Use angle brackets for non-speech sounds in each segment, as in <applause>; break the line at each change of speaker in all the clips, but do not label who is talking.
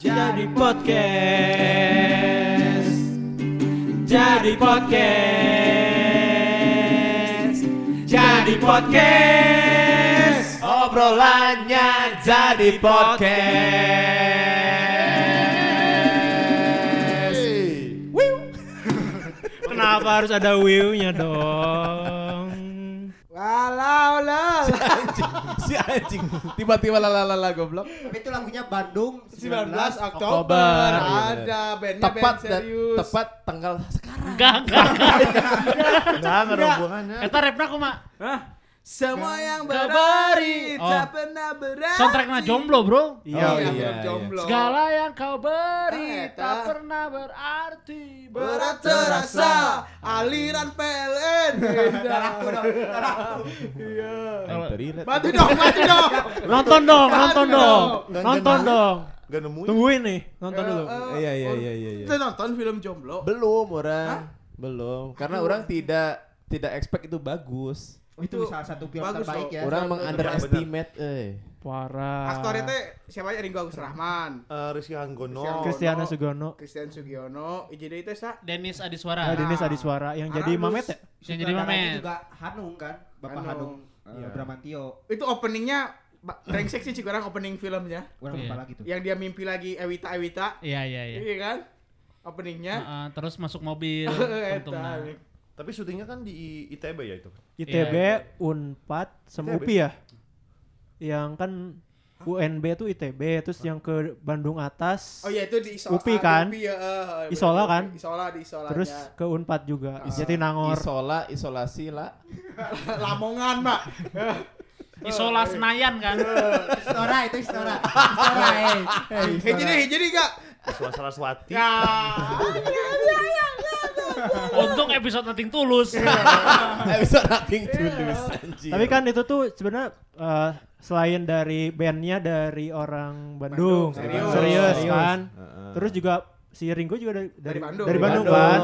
Jadi podcast. Jadi podcast. Jadi podcast. Obrolannya jadi podcast. Kenapa harus ada wiu-nya dong?
Walau lo.
si anjing tiba-tiba lalalala goblok
itu lagunya Bandung 19
Oktober. Iya.
Oktober. Ada bandnya
tepat
band
dan
serius.
tepat tanggal sekarang
Enggak, enggak.
Enggak, enggak ada hubungannya.
Eta rapna kuma
Semua yang
Kabar.
berari
Oh.
tak pernah berarti.
soundtrackna jomblo, Bro.
Iya,
iya,
iya,
belum jomblo. Nah,
Segala yang kau beri
Eta.
tak pernah berarti.
berat terasa aliran
<laughs>
PLN. Darahku dong, darahku. Iya.
Ayo, relate.
Bantu dong, bantu
<laughs>
dong.
Nonton dong, nonton dong.
Dan-
Nonton
dan-
dong.
Enggak nemuin.
Tungguin nih, nonton dulu.
Eh,
iya iya
eh,
iya iya iya.
Kita nonton film jomblo.
belum orang belum karena orang tidak tidak expect itu bagus
Itu salah satu film terbaik ya.
orang meng underestimate eh
Parah.
Aktornya teh siapa aja Ringgo Agus Rahman,
Eh, Rizky Anggono.
Rizky Anggono.
Kristiana Sugono.
Christian Sugiono, IJD itu sa.
Denis
Ah,
Adiswara.
Adi-
Denis Adiswara yang jadi
Harus.
Mamet ya?
Yang jadi
Sutradaranya
Mamet.
juga Hanung kan Bapak
Hanung.
Hanung, Iya, Bramantio
Itu openingnya ba- brengsek sih cik orang opening filmnya.
kurang
Iya.
lupa lagi tuh
yang dia mimpi lagi Ewita Ewita
Iya, iya, iya.
iya kan <laughs> openingnya
Heeh, iya, terus masuk
<laughs>
mobil. nah.
Eta,
untungnya.
Tapi syutingnya kan di ITB ya itu.
ITB,
Iya.
Unpad, sama
ITB.
UPI ya. Yang kan UNB itu ITB, terus yang ke Bandung atas,
oh iya itu di Isola
Upi kan?
Upi, ya, eh,
Isola kan?
Isola di Isola
terus ke Unpad juga.
Ah.
Jatinangor.
isola isolasi lah
<laughs>
<laughs>
Lamongan
<laughs>
mbak
Isola Senayan kan.
Istora itu Istora <laughs> Istora eh
Iya,
Eh,
hei jadi hei jadi gak <laughs>
Suasana Swati.
ya
Untung episode Nating Tulus.
episode nothing tulus anjing
Tapi kan itu tuh sebenarnya eh, selain dari bandnya dari orang Bandung,
Bandung, serius.
serius
Serius.
kan.
Heeh.
Terus juga si Ringo juga dari
Dari Bandung.
dari Bandung, kan.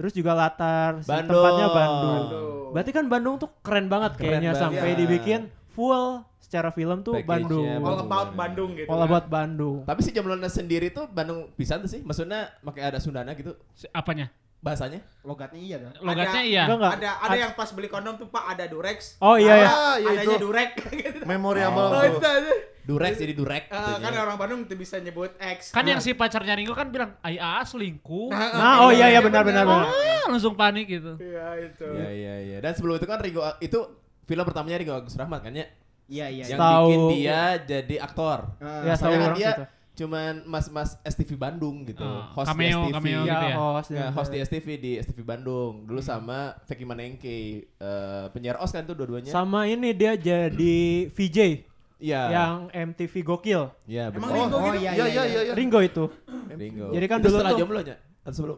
Terus juga latar si
Bandung.
tempatnya Bandung.
Bandung.
Oh. Berarti kan Bandung tuh keren banget
Keren
kayaknya
banget.
sampai
Iya.
dibikin full secara film tuh
Package-nya
Bandung.
all
Bandung.
about Bandung gitu
All about Bandung.
tapi si Jomblona sendiri tuh Bandung pisan tuh sih maksudnya makanya ada Sundana gitu
Si- Apanya?
bahasanya
logatnya iya dong
Logatnya
Ada-
iya.
Enggak enggak.
Nah, ada ada yang pas beli kondom tuh pak ada durex
Oh iya ya.
Ah, ya
adanya
itu.
durek <laughs> gitu.
Memorable.
oh, itu aja
Durex jadi Durek gitu ya.
Eh, kan orang Bandung tuh bisa nyebut X Nah, eh,
Kan yang si pacarnya Ringo kan bilang, "Ai Aas selingkuh."
Nah, oh iya iya benar benar benar.
Ah, langsung panik gitu.
iya itu
Iya iya iya. Dan sebelum itu kan Ringo itu film pertamanya Ringo Agus Rahman kan ya?
iya
Yang
iya iya.
Setahu-
bikin dia jadi aktor.
Eh,
Ya tahu
Soalnya kan
orang
dia
situ.
cuman mas-mas STV Bandung gitu.
Ah,
host di
cameo-
STV.
cameo
Ya,
gitu ya.
host.
Ya, host di STV di STV Bandung dulu
Hmm.
sama Vicky Manengke eh, penyiar OS kan tuh dua-duanya.
Sama ini dia jadi VJ
Iya.
yang MTV Gokil.
Iya,
emang
betul.
Ringo
oh,
gitu
iya,
Iya, iya, iya, iya.
Ringo itu.
Ringo.
Jadi kan
Itu
dulu
setelah
tuh-
jomblo nya atau Kan sebelum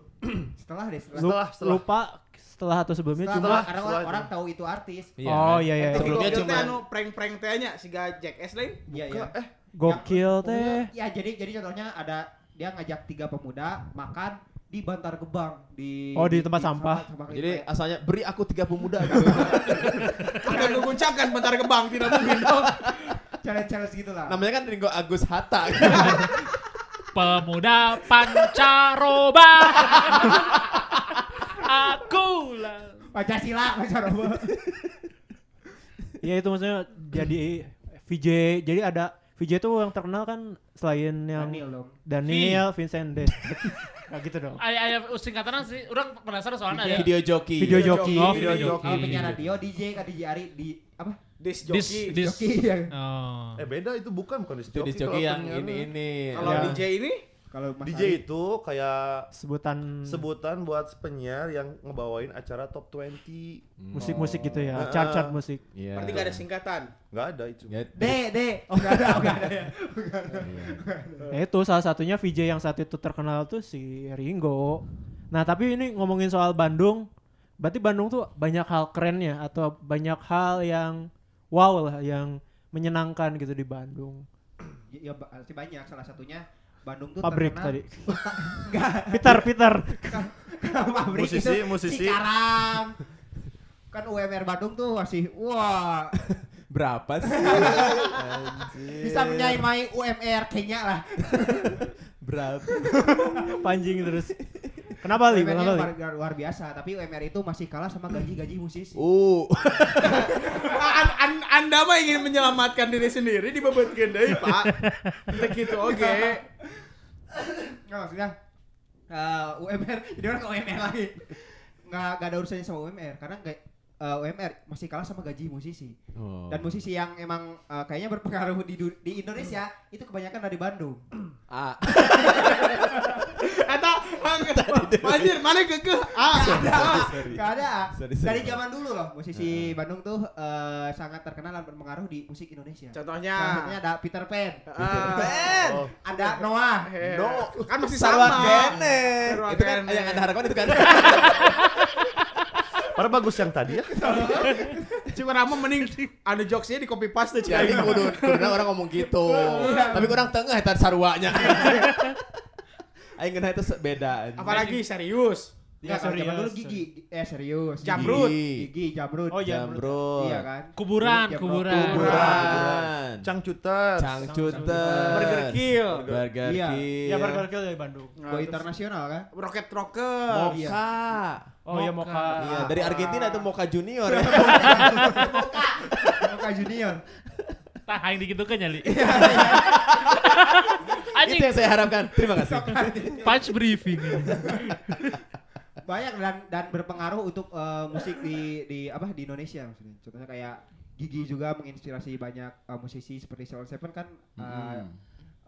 setelah deh setelah
Lu-
Setelah- setelah.
Lupa setelah atau sebelumnya
Setelah,
cuma
karena
setelah
orang,
itu.
orang tahu itu artis
Oh
kan?
iya iya.
Tapi
iya.
Sebelum- Sebelumnya
gokil teh
cuman-
anu prank-prank teh nya si ga Jack S lain.
iya iya
Eh,
Gokil teh.
Pokoknya- iya jadi jadi contohnya ada dia ngajak tiga pemuda makan di Bantar Gebang di
Oh, di tempat sampah.
Jadi
Jadi
asalnya beri aku tiga
<laughs>
pemuda gitu.
Akan lu guncakan bentar ke bank tidak
<laughs>
mungkin dong.
challenge-challenge gitu lah.
Namanya kan Ringo Agus
<laughs>
Hatta.
Pemuda pancaroba. <laughs> Aku lah.
Pancasila Pancasila.
Iya itu maksudnya jadi VJ. Jadi ada VJ tuh yang terkenal kan selain yang
Daniel dong.
Daniel Vincent <laughs> Des. Nah gitu dong.
Ayah ayah uh, singkatan sih, orang penasaran soalnya ya. ada.
Video joki.
Iya. Video joki.
joki.
video
Video
joki.
Kalau penyiar radio DJ kan DJ Ari di apa?
Dis
Dis
joki.
dis.
Joki yang
Oh.
eh beda itu bukan bukan di
Itu di joki yang ini ini. Iya.
Kalau
Ya.
DJ ini
kalau Mas Ari-
DJ itu kayak
Sebutan
Hmm.
sebutan buat penyiar yang ngebawain acara top 20.
musik-musik gitu ya.
Oh.
Heeh.
Eh.
Chart-chart musik.
Iya.
berarti gak ada singkatan.
Enggak ada itu.
Ya,
D D oh enggak ada enggak ada ya.
Ya itu salah satunya VJ yang saat itu terkenal tuh si Ringo. Nah tapi ini ngomongin soal Bandung, berarti Bandung tuh banyak hal kerennya atau banyak hal yang wow lah yang menyenangkan gitu di Bandung.
Ya ba- pasti banyak salah satunya Bandung tuh
Pabrik tadi.
terkenal- Enggak.
Peter, Peter. <laughs>
pabrik
Musisi,
itu
musisi.
Cikarang. Kan UMR Bandung tuh masih wah
Berapa sih? Anjir.
Bisa menyaimai UMR kayaknya lah.
Berapa?
Panjing terus. Kenapa li?
UMR -nya
Kenapa li?
luar, luar- luar biasa, tapi UMR itu masih kalah sama gaji-gaji musisi.
Uh.
An- an- anda mah ingin menyelamatkan diri sendiri dibebankan deh pak. Entek gitu oke.
Nggak maksudnya eh, UMR, <laughs> jadi orang ke UMR lagi. Nggak, nggak ada urusannya sama UMR karena nggak eh, UMR masih kalah sama gaji musisi.
Oh.
Dan musisi yang emang eh, kayaknya berpengaruh di du- di Indonesia itu kebanyakan dari Bandung.
Ah.
Eta anjir mana kekeh ah.
<laughs> Sorry.
Nggak ada.
Sorry, sorry.
Dari zaman dulu loh musisi Bandung tuh eh, sangat terkenal dan berpengaruh di musik Indonesia.
Contohnya.
Salah satunya ada Peter Pan,
Ben.
Oh.
ada Noah.
No, kan masih
Sarwa
sama.
kene.
Sarwa
Itu kan
kene.
yang anda harapkan itu kan.
Padahal bagus yang
<laughs>
tadi ya.
Cuma Rama mending ada jokesnya di copy paste cik. <laughs>
Jadi kudu kuduna orang ngomong gitu. Tapi kurang tengah eta sarwanya. Aing ngeuna itu beda. anjing.
Apalagi serius.
Nggak,
Iya,
kalau kan, zaman
ya,
serius.
dulu gigi, eh serius.
Jam-
Gigi,
Jamrut.
gigi jamrut.
Oh, jamrut.
Jamrut.
Iya kan?
Kuburan,
Jamrut.
kuburan.
Kuburan.
Cangcuter.
Cangcuter.
Burger Kill.
Burger
Ya
Iya.
Kill.
Burger Kill dari Bandung. Nah,
Boy internasional
<laughs>
kan?
Rocket Rocker.
Moka.
Oh iya
Mocha.
Moka.
Iya, dari Argentina itu Moka Junior.
Moka Junior.
Tah aing dikit tuh nyali.
Iya,
Iya.
Anjing
<laughs> Itu yang saya harapkan. Terima kasih.
punch briefing.
Banyak dan dan berpengaruh untuk eh, musik di di apa di Indonesia maksudnya. Contohnya kayak Gigi juga menginspirasi banyak eh, musisi seperti Sheila Seven kan eh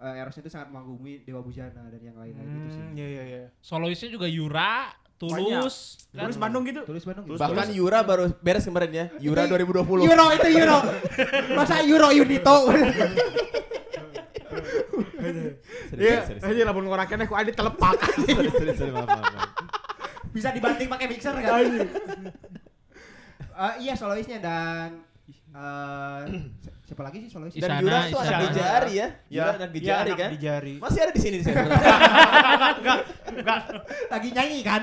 eh, Eros itu sangat mengagumi Dewa Bujana dan yang lain-lain gitu sih.
Hmm, iya iya iya.
Soloisnya juga Yura, Tulus, kan?
Terus Bandung gitu.
Tulis Bandung. gitu.
Bahkan Yura baru beres kemarin ya. Yura 2020.
Euro itu Euro. Masa Euro Yunito.
Iya,
Serius, serius,
aja lamun ngorakannya ku adi telepak. <laughs>
serius, serius, serius, maaf, maaf, maaf.
Bisa dibanting pakai mixer kan? <laughs> Eh, iya soloisnya dan eh, si- siapa lagi sih soloisnya?
Dan
Isana,
Yura tuh anak
Isana.
Gejari ya.
Ya.
Yura anak Iya. Gejari
Iya, anak
kan.
Di jari.
Masih ada di sini di sini.
Lagi nyanyi kan?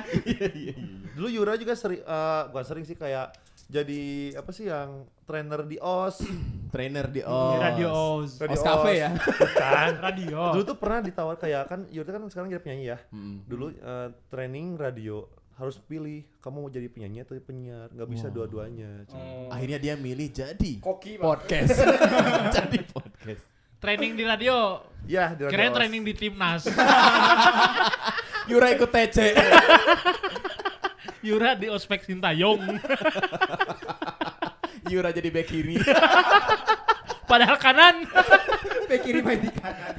Dulu Yura juga sering, eh, bukan sering sih kayak jadi apa sih yang trainer di OS.
Trainer Iya, di OS.
Radio Oz.
Radio
OS Cafe ya.
Bukan.
Radio.
Oh.
Dulu tuh pernah ditawar kayak kan Yura kan sekarang jadi penyanyi ya.
Mm.
Dulu eh, training radio harus pilih kamu mau jadi penyanyi atau penyiar nggak bisa dua-duanya
Akhirnya dia milih jadi
Koki Pak.
<laughs> podcast. jadi podcast.
training di radio.
ya di radio
Kirain
OS.
training di timnas. <laughs>
Yura ikut TC.
Yura di ospek Sintayong. <laughs>
Yura jadi bek kiri.
Padahal kanan.
Pikirin main di kanan.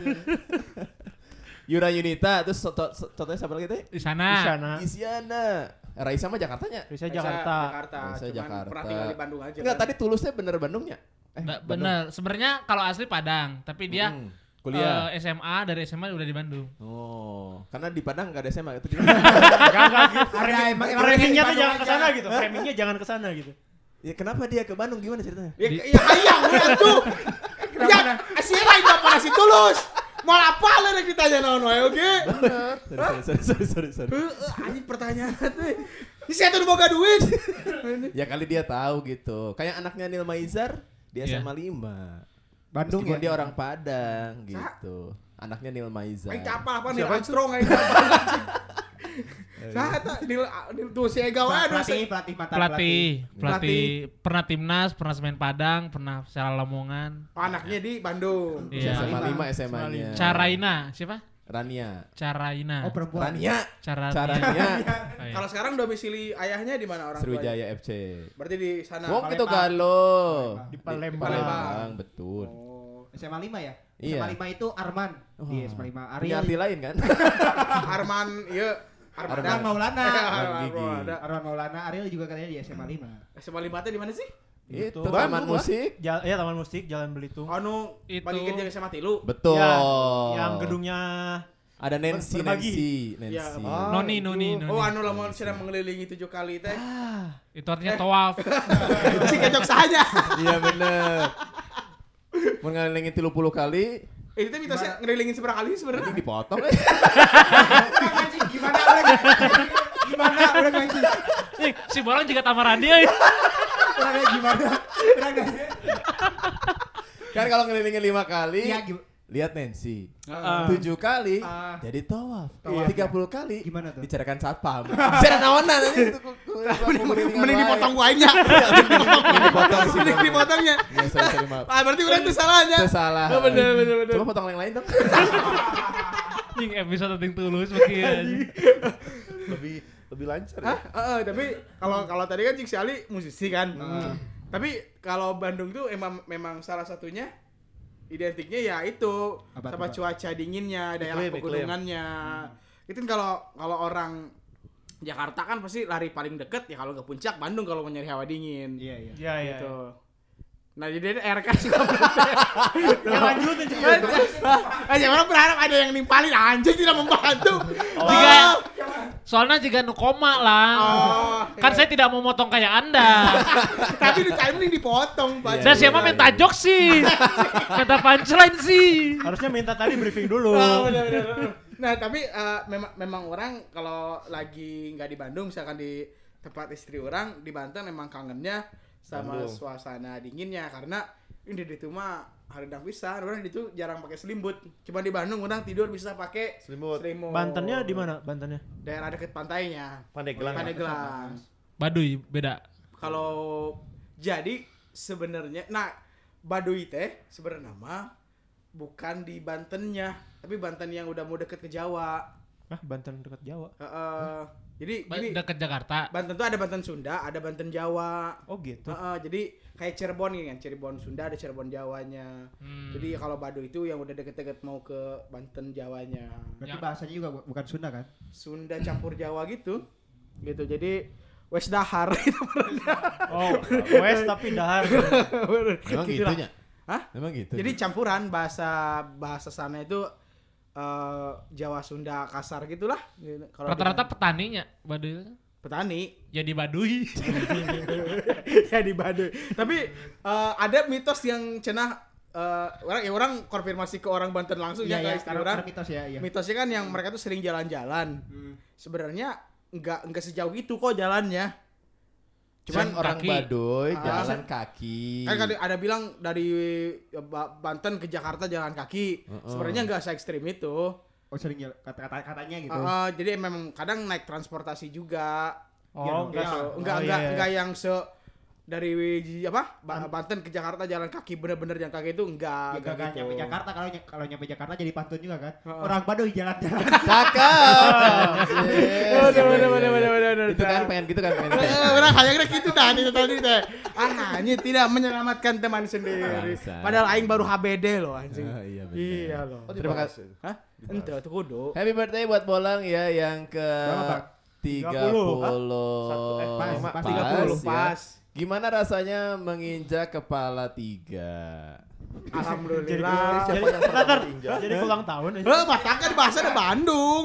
Yura Yunita terus contoh- contohnya siapa lagi teh?
Di
Di sana.
Nah.
sana.
Isyana. Raisa mah Jakartanya.
Bisa Jakarta.
Jakarta.
Bisa
Cuman
Jakarta.
Pernah tinggal di Bandung aja.
Enggak,
kan?
tadi tulusnya bener Bandungnya. Eh,
Nggak,
Bandung.
bener. Sebenarnya kalau asli Padang, tapi dia
Mm, kuliah.
eh, SMA dari SMA udah di Bandung.
Oh, karena di Padang gak ada SMA itu. di-
Enggak enggak gitu.
Ada emang emang kan?
Framingnya tuh
Bandung
jangan
aja.
ke sana gitu. Framingnya jangan ke sana gitu.
<laughs> ya kenapa dia ke Bandung gimana ceritanya?
Ya, ya hayang we atuh. Ya, si lain gak pernah si tulus. Mau apa lu rek ditanya naon wae oge?
<laughs> sorry, sorry, sorry, sorry, sorry.
Heuh, anjing pertanyaan teh. Ini saya tuh boga duit.
Ya kali dia tahu gitu. Kayak anaknya Nil Maizar di
Iya.
SMA 5.
Bandung
Meskipun
ya.
dia orang Padang gitu. Anaknya Nil Maizar.
Aing kapal apa nih
Siapa?
Armstrong aing. kapal. Nah, eta Nil Nil- tuh si Egal
Pelatih,
aduh.
pelatih
si-
pelatih mantan Oh, pelatih.
Pelatih, pelatih, pernah timnas, pernah semen Padang, pernah Sela Lamongan.
Anaknya di Bandung.
Di
Iya.
SMA 5
SMA
SMA-nya.
Caraina, siapa?
Rania.
Caraina.
Oh perempuan.
Rania.
Carania.
Carania.
Oh, iya.
Kalau sekarang domisili ayahnya di mana orang tuanya?
Sriwijaya FC.
Berarti di sana.
Wong gitu itu
Palembang.
galo.
Di Palembang.
Nah, Palembang, betul.
Oh.
SMA 5 ya?
Iya.
SMA 5 itu Arman.
Wah.
Iya, SMA 5
Punya
Ariel.
arti lain kan?
Arman, iya.
Arman
Arman.
Maulana.
Arman
Gigi.
Maulana.
Arman Maulana Ariel juga katanya di SMA 5.
SMA 5 teh di mana sih?
itu
Bandung,
taman
Wak.
musik.
Jal- ya Taman Musik, Jalan Belitung.
Anu
Itu.
bagi kerja ke SMA Tilu.
Betul.
Ya, yang gedungnya
Ada Nancy,
Berbagi.
Nancy,
Ya,
Nancy.
Ah,
Noni,
itu.
Noni, Noni.
Oh anu lamun sudah mengelilingi tujuh kali teh.
Itu artinya tawaf.
<laughs> Si kecok saja. <laughs>
Iya <laughs> bener. Mau ngelilingin 30 kali,
Itu teh mitosnya ngelilingin seberapa kali sih
nanti
sebenarnya?
dipotong. eh.
Orang ngaji, gimana orang gimana orang ngaji?
ya. Ih, si Borang juga tamarandi euy.
Orang ngaji gimana? Orang ngaji.
<laughs> Kan kalau ngelilingin lima kali,
Iya, gim-
lihat Nancy.
Ah.
Tujuh kali,
Ah.
jadi tawaf.
Tawaf,
Tiga puluh kali,
Gimana tuh?
Bicarakan satpam. Bicara naonan aja.
Oh, Mending dipotong kuahnya.
Dipotong sih.
<laughs> Mending dipotongnya.
Ya, sorry, sorry, maaf.
Ah, berarti udah itu salahnya.
Itu salah.
Oh, bener, bener, bener.
Coba potong yang lain dong.
Anjing episode ting tulus mungkin. anjing.
lebih lebih lancar ya.
Hah? Eh, eh, tapi kalau kalau tadi kan Cik si Ali musisi kan. Tapi kalau Bandung tuh emang memang salah satunya identiknya ya itu
Apa
sama
tuh, Pak?
cuaca dinginnya, daerah
Iklim, iklim.
pegunungannya. Itu kan kalau kalau orang Jakarta kan pasti lari paling deket ya kalau ke puncak Bandung kalau mau nyari hawa dingin.
Iya, iya.
Iya, iya.
Gitu. Nah, jadi RK juga belum <laughs>
Ya lanjutin cuy.
Aja orang berharap ada yang nimpalin anjing tidak membantu.
Jika
Oh.
soalnya jika nu koma lah.
Oh,
kan saya tidak mau motong kayak Anda.
Tapi di timing dipotong, Pak.
saya Nah, siapa
iya.
minta jok sih. minta punchline sih.
Harusnya minta tadi briefing dulu.
Oh, benar, benar, benar. Nah, tapi eh, memang memang orang kalau lagi nggak di Bandung misalkan di tempat istri orang di Banten memang kangennya sama
Bandung.
suasana dinginnya karena ini di itu mah harendang pisan, orang di itu jarang pakai selimut. Cuma di Bandung orang tidur bisa pakai
Selimut.
selimut.
Bantennya di mana? Bantennya?
Daerah dekat pantainya.
Pandeglang. ya?
Pandeglang.
Baduy beda.
Kalau jadi sebenarnya nah Baduy teh sebenarnya mah bukan di Bantennya, tapi Banten yang udah mau deket ke Jawa.
Ah, Banten dekat Jawa.
Heeh. jadi
Ba-
gini,
Dekat Jakarta.
Banten tuh ada Banten Sunda, ada Banten Jawa.
Oh gitu.
Heeh, jadi kayak Cirebon gitu kan, Cirebon Sunda ada Cirebon Jawanya.
Hmm.
Jadi kalau Baduy itu yang udah deket-deket mau ke Banten Jawanya.
Berarti bahasanya juga bu- bukan Sunda kan?
Sunda campur Jawa gitu. Gitu. Jadi Wes <laughs> dahar gitu.
Oh, wes tapi dahar.
Emang gitu
Gitulah.
gitunya?
Hah?
Emang gitu.
Gitu Jadi campuran bahasa bahasa sana itu eh, Jawa Sunda kasar gitulah. Gitu. Kalau dengan
Rata-rata petaninya Baduy.
petani.
Jadi Baduy.
<laughs> ya di Baduy. Tapi eh, ada mitos yang cenah eh, orang ya orang konfirmasi ke orang Banten langsung ya, ke istri
karena-
orang.
karena mitos ya, iya.
Mitosnya kan yang mereka tuh sering jalan-jalan. Sebenarnya nggak nggak sejauh itu kok jalannya.
cuman
Cuman
orang
kaki.
Baduy
Ah.
jalan kaki.
Kan
<laughs>
kadang ada bilang dari eh, Ba- Banten ke Jakarta jalan kaki.
Heeh.
Sebenarnya nggak se ekstrim itu.
Oh sering ya, kata-kata katanya gitu.
Eh, eh, jadi memang kadang naik transportasi juga.
Oh, enggak.
Iya,
se- oh,
enggak enggak
iya, iya.
enggak yang se dari apa Ba- Banten ke Jakarta jalan kaki bener-bener jalan kaki itu enggak
Ya,
enggak
gak, gak
gitu.
nyampe Jakarta kalau ny- kalau nyampe Jakarta jadi pantun juga kan.
Heeh.
Orang Baduy jalan-jalan.
Cakep.
Waduh, waduh, waduh, waduh, waduh, waduh.
Itu kan pengen gitu kan pengen.
Eh, eh, Orang kayaknya gitu tadi tadi teh. Ah, hanya tidak menyelamatkan teman sendiri.
Bangsat.
Padahal aing baru HBD loh anjing.
Ah, iya, benar.
Iya loh.
Oh,
Terima
dibahas
kasih.
ya?
Hah? Ente tuh kudu.
Happy birthday buat Bolang ya yang ke
Berapa, Bang?
30,
30
hah? Satu, eh,
pas,
Mak,
pas,
30
ya.
pas.
Gimana rasanya menginjak kepala tiga?
<laughs> Alhamdulillah.
Siapa yang
Ntar,
pernah
ntar.
diinjak?
Jadi ulang tahun aja.
Eh, matakan bahasa di Bandung.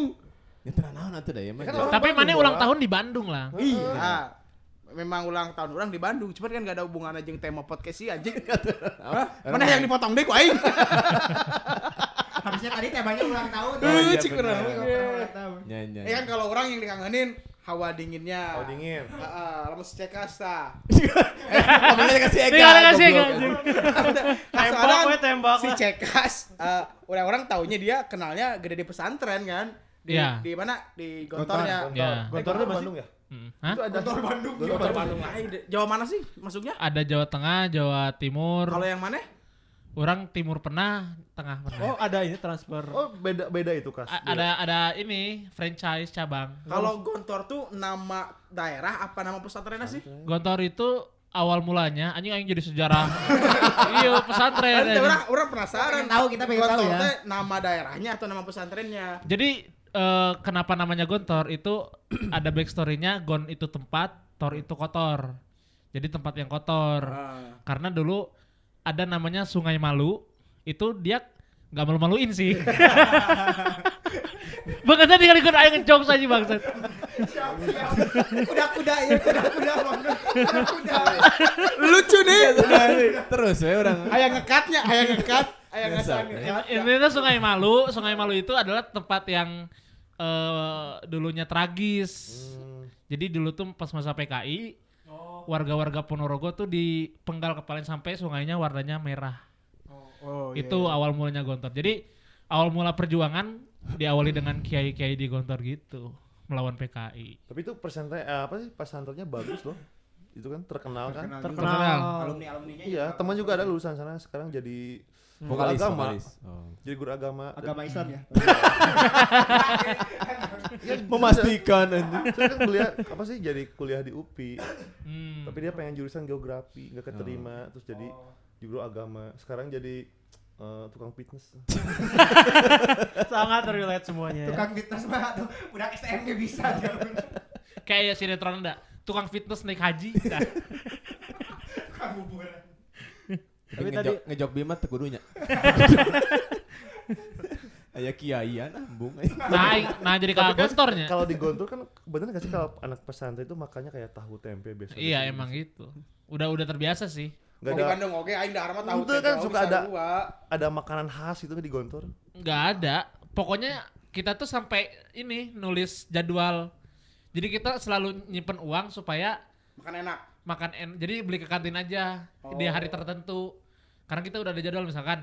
Ya terang naon atuh dah ya mah.
Ya kan orang-
Tapi mana
Bandung,
ulang
Bang.
tahun di Bandung lah.
Iya. Ah, Memang ulang tahun orang di Bandung, cuman kan gak ada hubungan aja tema podcast sih anjing. Hah? Mana yang dipotong deh ku aing?
Harusnya tadi temanya ulang tahun.
Eh,
iya,
cik
bener.
orang.
Nggak pernah ulang tahun.
Ya, ya,
Ya
ya.
kan kalau orang yang dikangenin hawa dinginnya.
Oh, Iya. dingin.
Heeh, lamun cek
<laughs>
kasa. kan-
<laughs> Eh, Namanya kasih Ega.
Terima kasih
goblok.
Tembak we tembak.
kan? si
we.
Cekas eh, orang-orang taunya dia kenalnya gede di pesantren kan di,
Iya.
di mana di gontornya
Gontor.
Ya.
Eh,
Gontor tuh masih-
Bandung ya?
Mm. Hah?
Itu ada Gontor Bandung. Gontor Bandung.
Ay, eh, di- Jawa mana sih masuknya
Ada Jawa Tengah, Jawa Timur.
kalau yang Iya. mana
Orang Timur pernah, Tengah pernah.
Oh, ada ini transfer.
Oh, beda beda itu kas.
A- ada ada ini franchise cabang.
kalau Gontor tuh nama daerah apa nama pesantrennya sih
Gontor itu awal mulanya anjing anjing jadi sejarah. <laughs> iya pesantren.
Kan
anjing.
orang orang penasaran
Eh, Pengen tahu, kita pengen
Gontor
tahu ya.
teh nama daerahnya atau nama pesantrennya
Jadi eh, kenapa namanya Gontor itu <clears throat> ada backstory-nya Gon itu tempat, Tor itu kotor. Jadi tempat yang kotor.
Ah.
Karena dulu ada namanya Sungai Malu, itu dia nggak malu-maluin sih. Bahkan tadi kali ikut aing jokes aja bangsat.
Kuda-kuda ya, kuda-kuda Bandung. Kuda.
lucu nih
Iya, Terus ya orang.
ayah ngekatnya ayah ngekat ayah
Biasa,
ngesan
ya.
ngekat.
Intinya Sungai Malu, Sungai Malu itu adalah tempat yang eh, dulunya tragis. Jadi dulu tuh pas masa PKI,
Oh.
warga-warga Ponorogo tuh dipenggal kepalanya sampai sungainya warnanya merah.
Oh, iya,
itu
iya.
awal mulanya Gontor. Jadi awal mula perjuangan diawali dengan kiai-kiai di Gontor gitu melawan PKI.
Tapi itu pesantren eh, apa sih pesantrennya bagus loh. Itu kan terkenal kan.
Terkenal.
Terkenal.
alumni alumninya
Iya, teman juga ada lulusan sana sekarang jadi guru
Vokalis,
agama.
vokalis. Oh.
Jadi guru agama.
agama Islam ya
Ya,
Memastikan anjing.
Saya kan kuliah apa sih jadi kuliah di UPI.
Hmm. Oh.
Tapi dia pengen jurusan geografi, nggak keterima, terus jadi guru agama. Sekarang jadi eh, tukang fitness.
Sangat relate semuanya. ya.
tukang fitness mah tuh udah STM gak bisa dia
Kayak ya sinetron enggak? Tukang fitness naik haji. Nah,
tukang kuburan
Tapi
Tapi
tadi
tadi-
ngejok Bima teu <laughs> kudunya. Aya kiaian ambung.
nah, nah jadi kalau Gontornya.
kan Kalau di Gontor kan bener nggak sih kalau anak pesantren itu makannya kayak tahu tempe biasa.
Iya emang gitu. Udah udah terbiasa sih.
Gak
Mau di
ada
Bandung oke, aing dahar mah tahu
Itu kan
tempe,
suka
bisa
ada.
dua.
ada makanan khas gitu di Gontor.
nggak ada pokoknya kita tuh sampai ini nulis jadwal jadi kita selalu nyimpen uang supaya
Makan enak.
makan en- jadi beli ke kantin aja
Oh.
di hari tertentu karena kita udah ada jadwal misalkan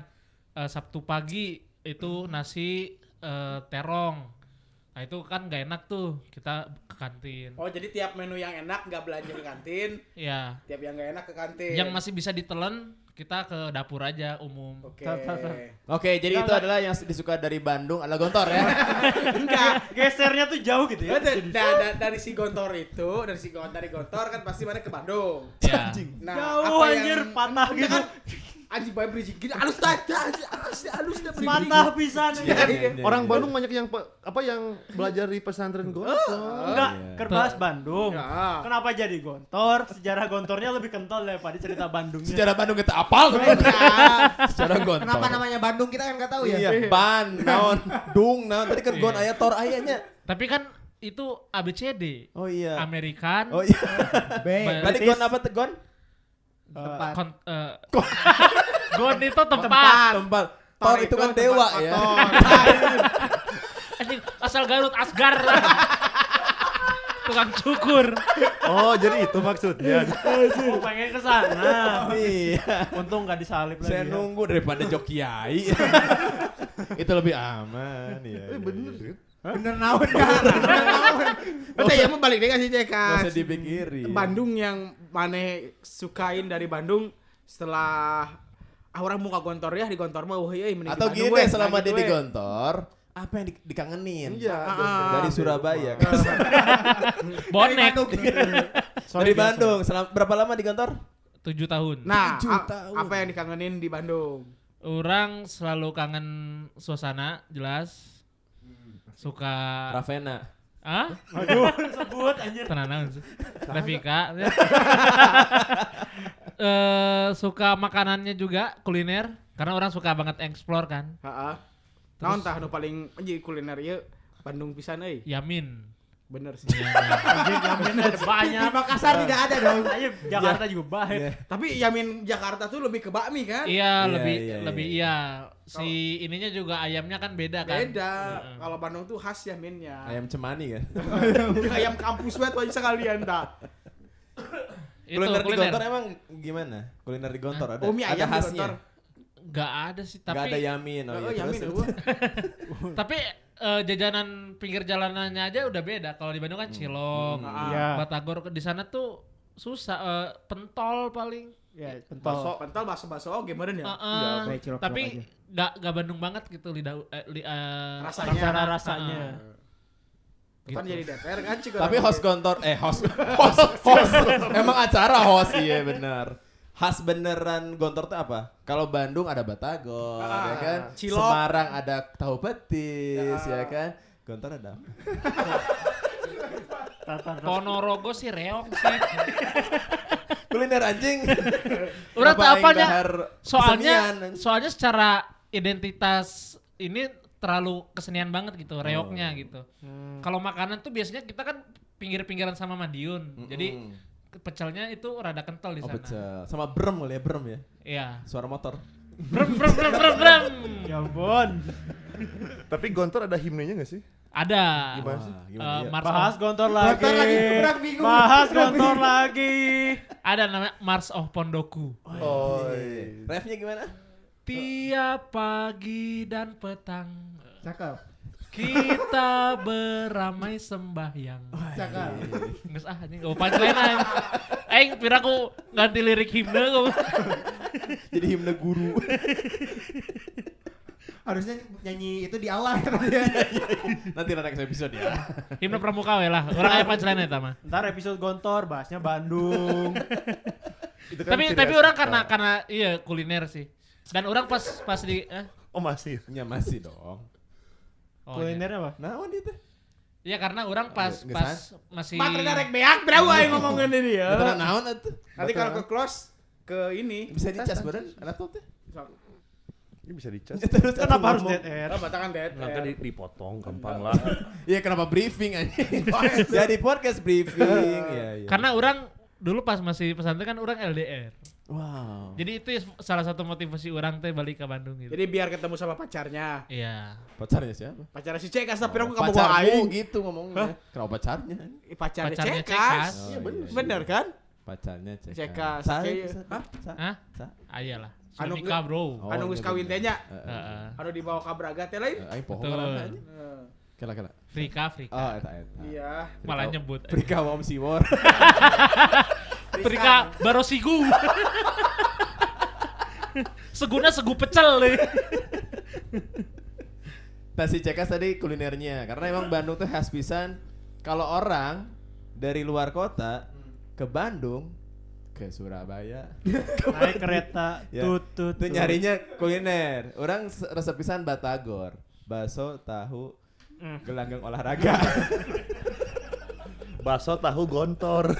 eh, Sabtu pagi itu nasi eh, terong nah itu kan nggak enak tuh kita ke kantin
Oh, jadi tiap menu yang enak nggak belanja ke kantin,
ya
tiap yang nggak enak ke kantin.
yang masih bisa ditelen kita ke dapur aja umum
Oke.
Tar, tar, tar.
Oke, jadi itu adalah yang disuka dari Bandung adalah Gontor ya.
Enggak.
Gesernya tuh jauh gitu <laughs> ya.
Nah, da- da- da- dari si Gontor itu, dari si Gontor, dari Gontor kan pasti mana ke Bandung.
ya
Nah,
jauh
apa
anjir,
yang-
patah
Enggak
gitu.
kan? Anjing bayi berijing gini, halus dah, dah, anjing, halus dah, halus dah berijing.
Patah pisan.
Iya,
anjing.
iya.
Orang Bandung banyak yang pe- apa yang belajar di pesantren
Oh.
Gontor.
<laughs>
Enggak,
Iya.
kerbas Bandung.
Ya.
Kenapa jadi gontor? Sejarah gontornya lebih kental daripada cerita Bandungnya.
Sejarah Bandung kita apal. Sejarah Gontor.
kenapa namanya Bandung kita kan nggak tahu ya
Iya, ban, naon, dung, naon. Tadi kan gon aya tor ayanya.
tapi kan itu ABCD
Oh iya.
American
Oh iya.
B
Tadi gon apa teh gon?
tempat
kon, eh, <laughs> gon itu tempat.
Tempat. Tempat. Tor itu kan dewa ya.
Anjing, asal Garut Asgar. Tukang cukur.
Oh, jadi itu
<laughs>
maksudnya.
Iya.
Aku pengen ke sana.
Iya.
Untung gak disalip lagi.
Saya
ya.
nunggu daripada Jokiai. <laughs> itu lebih aman ya.
Eh,
Tapi bener kan?
bener naon
Nah,
kan
<laughs>
Betul ya mau balik deh kasih CK.
Gak usah dipikirin.
Bandung yang maneh sukain dari Bandung setelah ah orang muka gontor ya di gontor mah wah euy mending
Atau
di
gini
Bandung,
deh
weh,
selama
lanjut,
dia di
weh.
Gontor, apa yang di- dikangenin?
Ah,
Iya.
Dari
Ah, iya.
Surabaya. ke-
Bonek
Bandung
<laughs> Dari Bandung. Selama, berapa lama di Gontor?
7 tahun.
Nah,
Tujuh
a-
tahun.
apa yang dikangenin di Bandung?
Orang selalu kangen suasana, jelas. Suka
Ah. Ravena.
Hah?
Aduh, sebut anjir.
Tenang naon sih. Rafika. <laughs> Eh suka makanannya juga kuliner karena orang suka banget explore kan.
Heeh.
Terus-
Naon tah anu paling anjing kuliner ieu Bandung pisan euy.
Yamin.
Bener sih.
Iya.
Anjir, Yamin ada banyak.
di Makassar tidak ada dong
Ayo, Jakarta juga baik.
Iya.
Tapi Yamin Jakarta tuh lebih ke bakmi kan?
Iya,
Iya,
lebih
iya, iya,
lebih iya. Si ininya juga ayamnya kan beda kan.
Beda.
Heeh.
Kalau Bandung tuh khas Yaminnya.
Ayam cemani kan?
Ayam kampus banget wajib sekalian dah.
Itu
kuliner, di Gontor
kuliner.
emang gimana? Kuliner di Gontor ada?
Oh, mie
ada
ayam di
khasnya.
Gontor.
Gak ada sih,
Gak ada
tapi
yamin. Oh,
Heeh,
iya,
Yamin
terus,
gua.
tapi eh, jajanan pinggir jalanannya aja udah beda. Kalau di Bandung
Hmm.
kan cilok,
Iya.
batagor di sana tuh susah eh, pentol paling.
Ya, pentol.
Baso, pentol baso-baso oge meureun
Iya.
ya.
Eh, eh,
kayak cilok-cilok
tapi
aja.
gak gak Bandung banget gitu lidah eh, li- eh,
Rasanya.
Cara rasanya.
Ah.
Kan jadi DPR kan cik
Tapi
orang
host Gontor, eh
<laughs>
host, host, host. Emang acara host, iya benar. Khas beneran Gontor tuh apa? Kalau Bandung ada batagor,
Ah,
ya kan?
cilok. Ah.
Semarang ada tahu petis, ya kan? Gontor ada. apa?
Tatar.
Ponorogo sih reok sih.
Kuliner
<laughs>
anjing.
Udah
Kenapa
tak
aing
apanya.
dahar
Soalnya
kesenian?
soalnya secara identitas ini terlalu kesenian banget gitu,
Oh.
reoknya gitu.
Hmm.
Kalau makanan tuh biasanya kita kan pinggir-pinggiran sama Madiun.
Mm-mm.
Jadi pecelnya itu rada kental di
Oh,
sana.
pecel. Sama brem kali ya, brem ya.
Iya.
Suara motor.
Brem brem brem brem brem.
Ya ampun.
Tapi Gontor ada himnenya gak sih?
Ada.
Gimana sih?
Wah, gimana
Eh,
ya?
Mars
Bahas
of-
gontor lagi.
Gontor lagi, kurang bingung.
Bahas
Kurang
gontor
bingung.
lagi.
ada namanya Mars of Pondoku.
Oh,
Refnya gimana?
Ti Tiap pagi dan petang
Cakep.
<laughs>
kita beramai sembahyang.
Cakep.
Nges ah anjing gak punchline aing. Aing pira ku ganti lirik himne ku.
Jadi himne guru. <laughs>
Harusnya nyanyi itu di awal ya tadi ya.
Nanti lah next episode ya.
Himne pramuka we lah. Urang aya punchline eta mah.
Ntar episode gontor bahasnya Bandung.
Itu kan
Tapi
ciri
tapi
khas
orang
kita.
karena karena iya kuliner sih. Dan orang pas pas di eh?
Oh masih.
Ya masih dong.
Oh, iya.
Kulinernya apa?
Nah, wanita teh.
Iya karena orang pas
Nggak
pas masih
Matre darek beak berapa
Iya.
yang ngomongin ini ya.
Eta naon atuh?
Nanti kalau ke close ke ini.
bisa dicas bareng laptop teh.
Ini bisa dicas.
Ya, Terus
Kenapa harus
ngomong?
dead air?
Oh, batakan dead.
Nanti
air.
di- dipotong gampang lah.
Iya kenapa briefing anjing? <laughs> Jadi podcast briefing. Iya, iya.
karena orang dulu pas masih pesantren kan orang LDR.
wow.
Jadi itu ya salah satu motivasi orang teh balik ke Bandung gitu.
Jadi biar ketemu sama pacarnya.
Iya.
Pacarnya siapa?
Pacarnya si Cekas tapi
Oh,
aku kamu bawa
Pacarmu
aing.
gitu ngomongnya. Kenapa pacarnya?
Eh, Pacarnya
Pacarnya
Cekas.
Cekas.
Oh, Iya, bener.
Bener kan?
Pacarnya Cekas.
Cekas.
Sa-
Kayak-
sa-
Hah?
sa-
Hah? Ah,
sa-
Ayalah. Sudah
Anu
nikah,
ge-
Bro.
Anu geus
ini
kawin
Oh, bener.
teh nya.
Heeh.
Heeh.
Anu dibawa ke Braga teh lain.
Heeh, Aing eh, pohon
Eh, Betul.
ngarana anjing.
Eh,
Kela kela.
Frika, Frika.
Oh, eta eta.
Iya.
Malah nyebut.
Frika Om
<laughs>
Siwor.
Frika Barosigu. Seguna segu pecel deh.
Nah si Cekas tadi kulinernya karena emang Bandung tuh khas pisan. Kalau orang dari luar kota ke Bandung ke Surabaya
Naik kereta
Ya.
tut tut.
itu
tut.
nyarinya kuliner. Orang se- resep pisan batagor, bakso, tahu,
Mm.
gelanggang
<laughs>
olahraga.
Baso tahu gontor.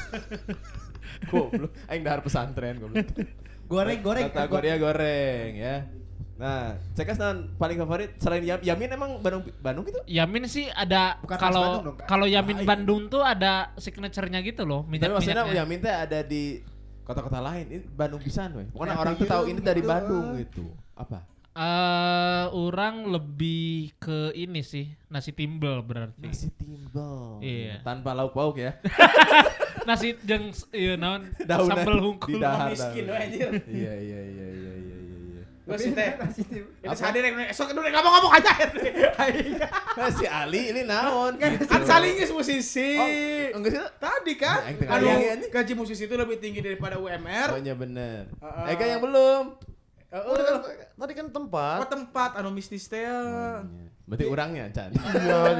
goblok. Aing dahar pesantren goblok.
Goreng-goreng.
Batagor ya goreng ya. Nah, Cekas naon paling favorit selain Yam- Yamin emang Bandung Bandung gitu?
Yamin sih ada
Bukan khas Bandung
kalau
dong, Kak. Ah, iya.
kalau Yamin
Lain.
Bandung tuh ada signature-nya gitu loh,
Tapi maksudnya
minyak-minyaknya.
Yamin teh ada di kota-kota lain. Ini Bandung pisan weh. Pokoknya
Kayak
orang tuh tahu
Piyung
ini dari
gitu.
Bandung gitu. Apa?
Eh, orang lebih ke ini sih, nasi timbel berarti.
Nasi
Nasi,
timbel.
Iya.
Tanpa lauk pauk ya. <laughs>
jeung ieu iya, naon?
Daunan
Sambel
di
hungkul.
dahar.
Miskin
dahar.
we, anjir.
Iya iya iya iya iya iya iya.
Gue sih
<laughs>
teh.
Apa?
Itu sadar yang esok udah ngomong-ngomong
<laughs>
aja. Aing.
Nah, <laughs> si Ali ini naon? gitu.
Kan saling geus musisi.
Oh, enggak sih?
Tadi kan,
Aing tengah
anu
lihat ini.
gaji musisi itu lebih tinggi daripada
Oh
UMR.
iya bener.
Heeh.
Eka yang belum.
Eh,
Tadi
eh,
kan- Tadi kan
Oh
tempat.
Hmm.
tempat anu mistis teh. <laughs>
Berarti orangnya, Chan.
Iya,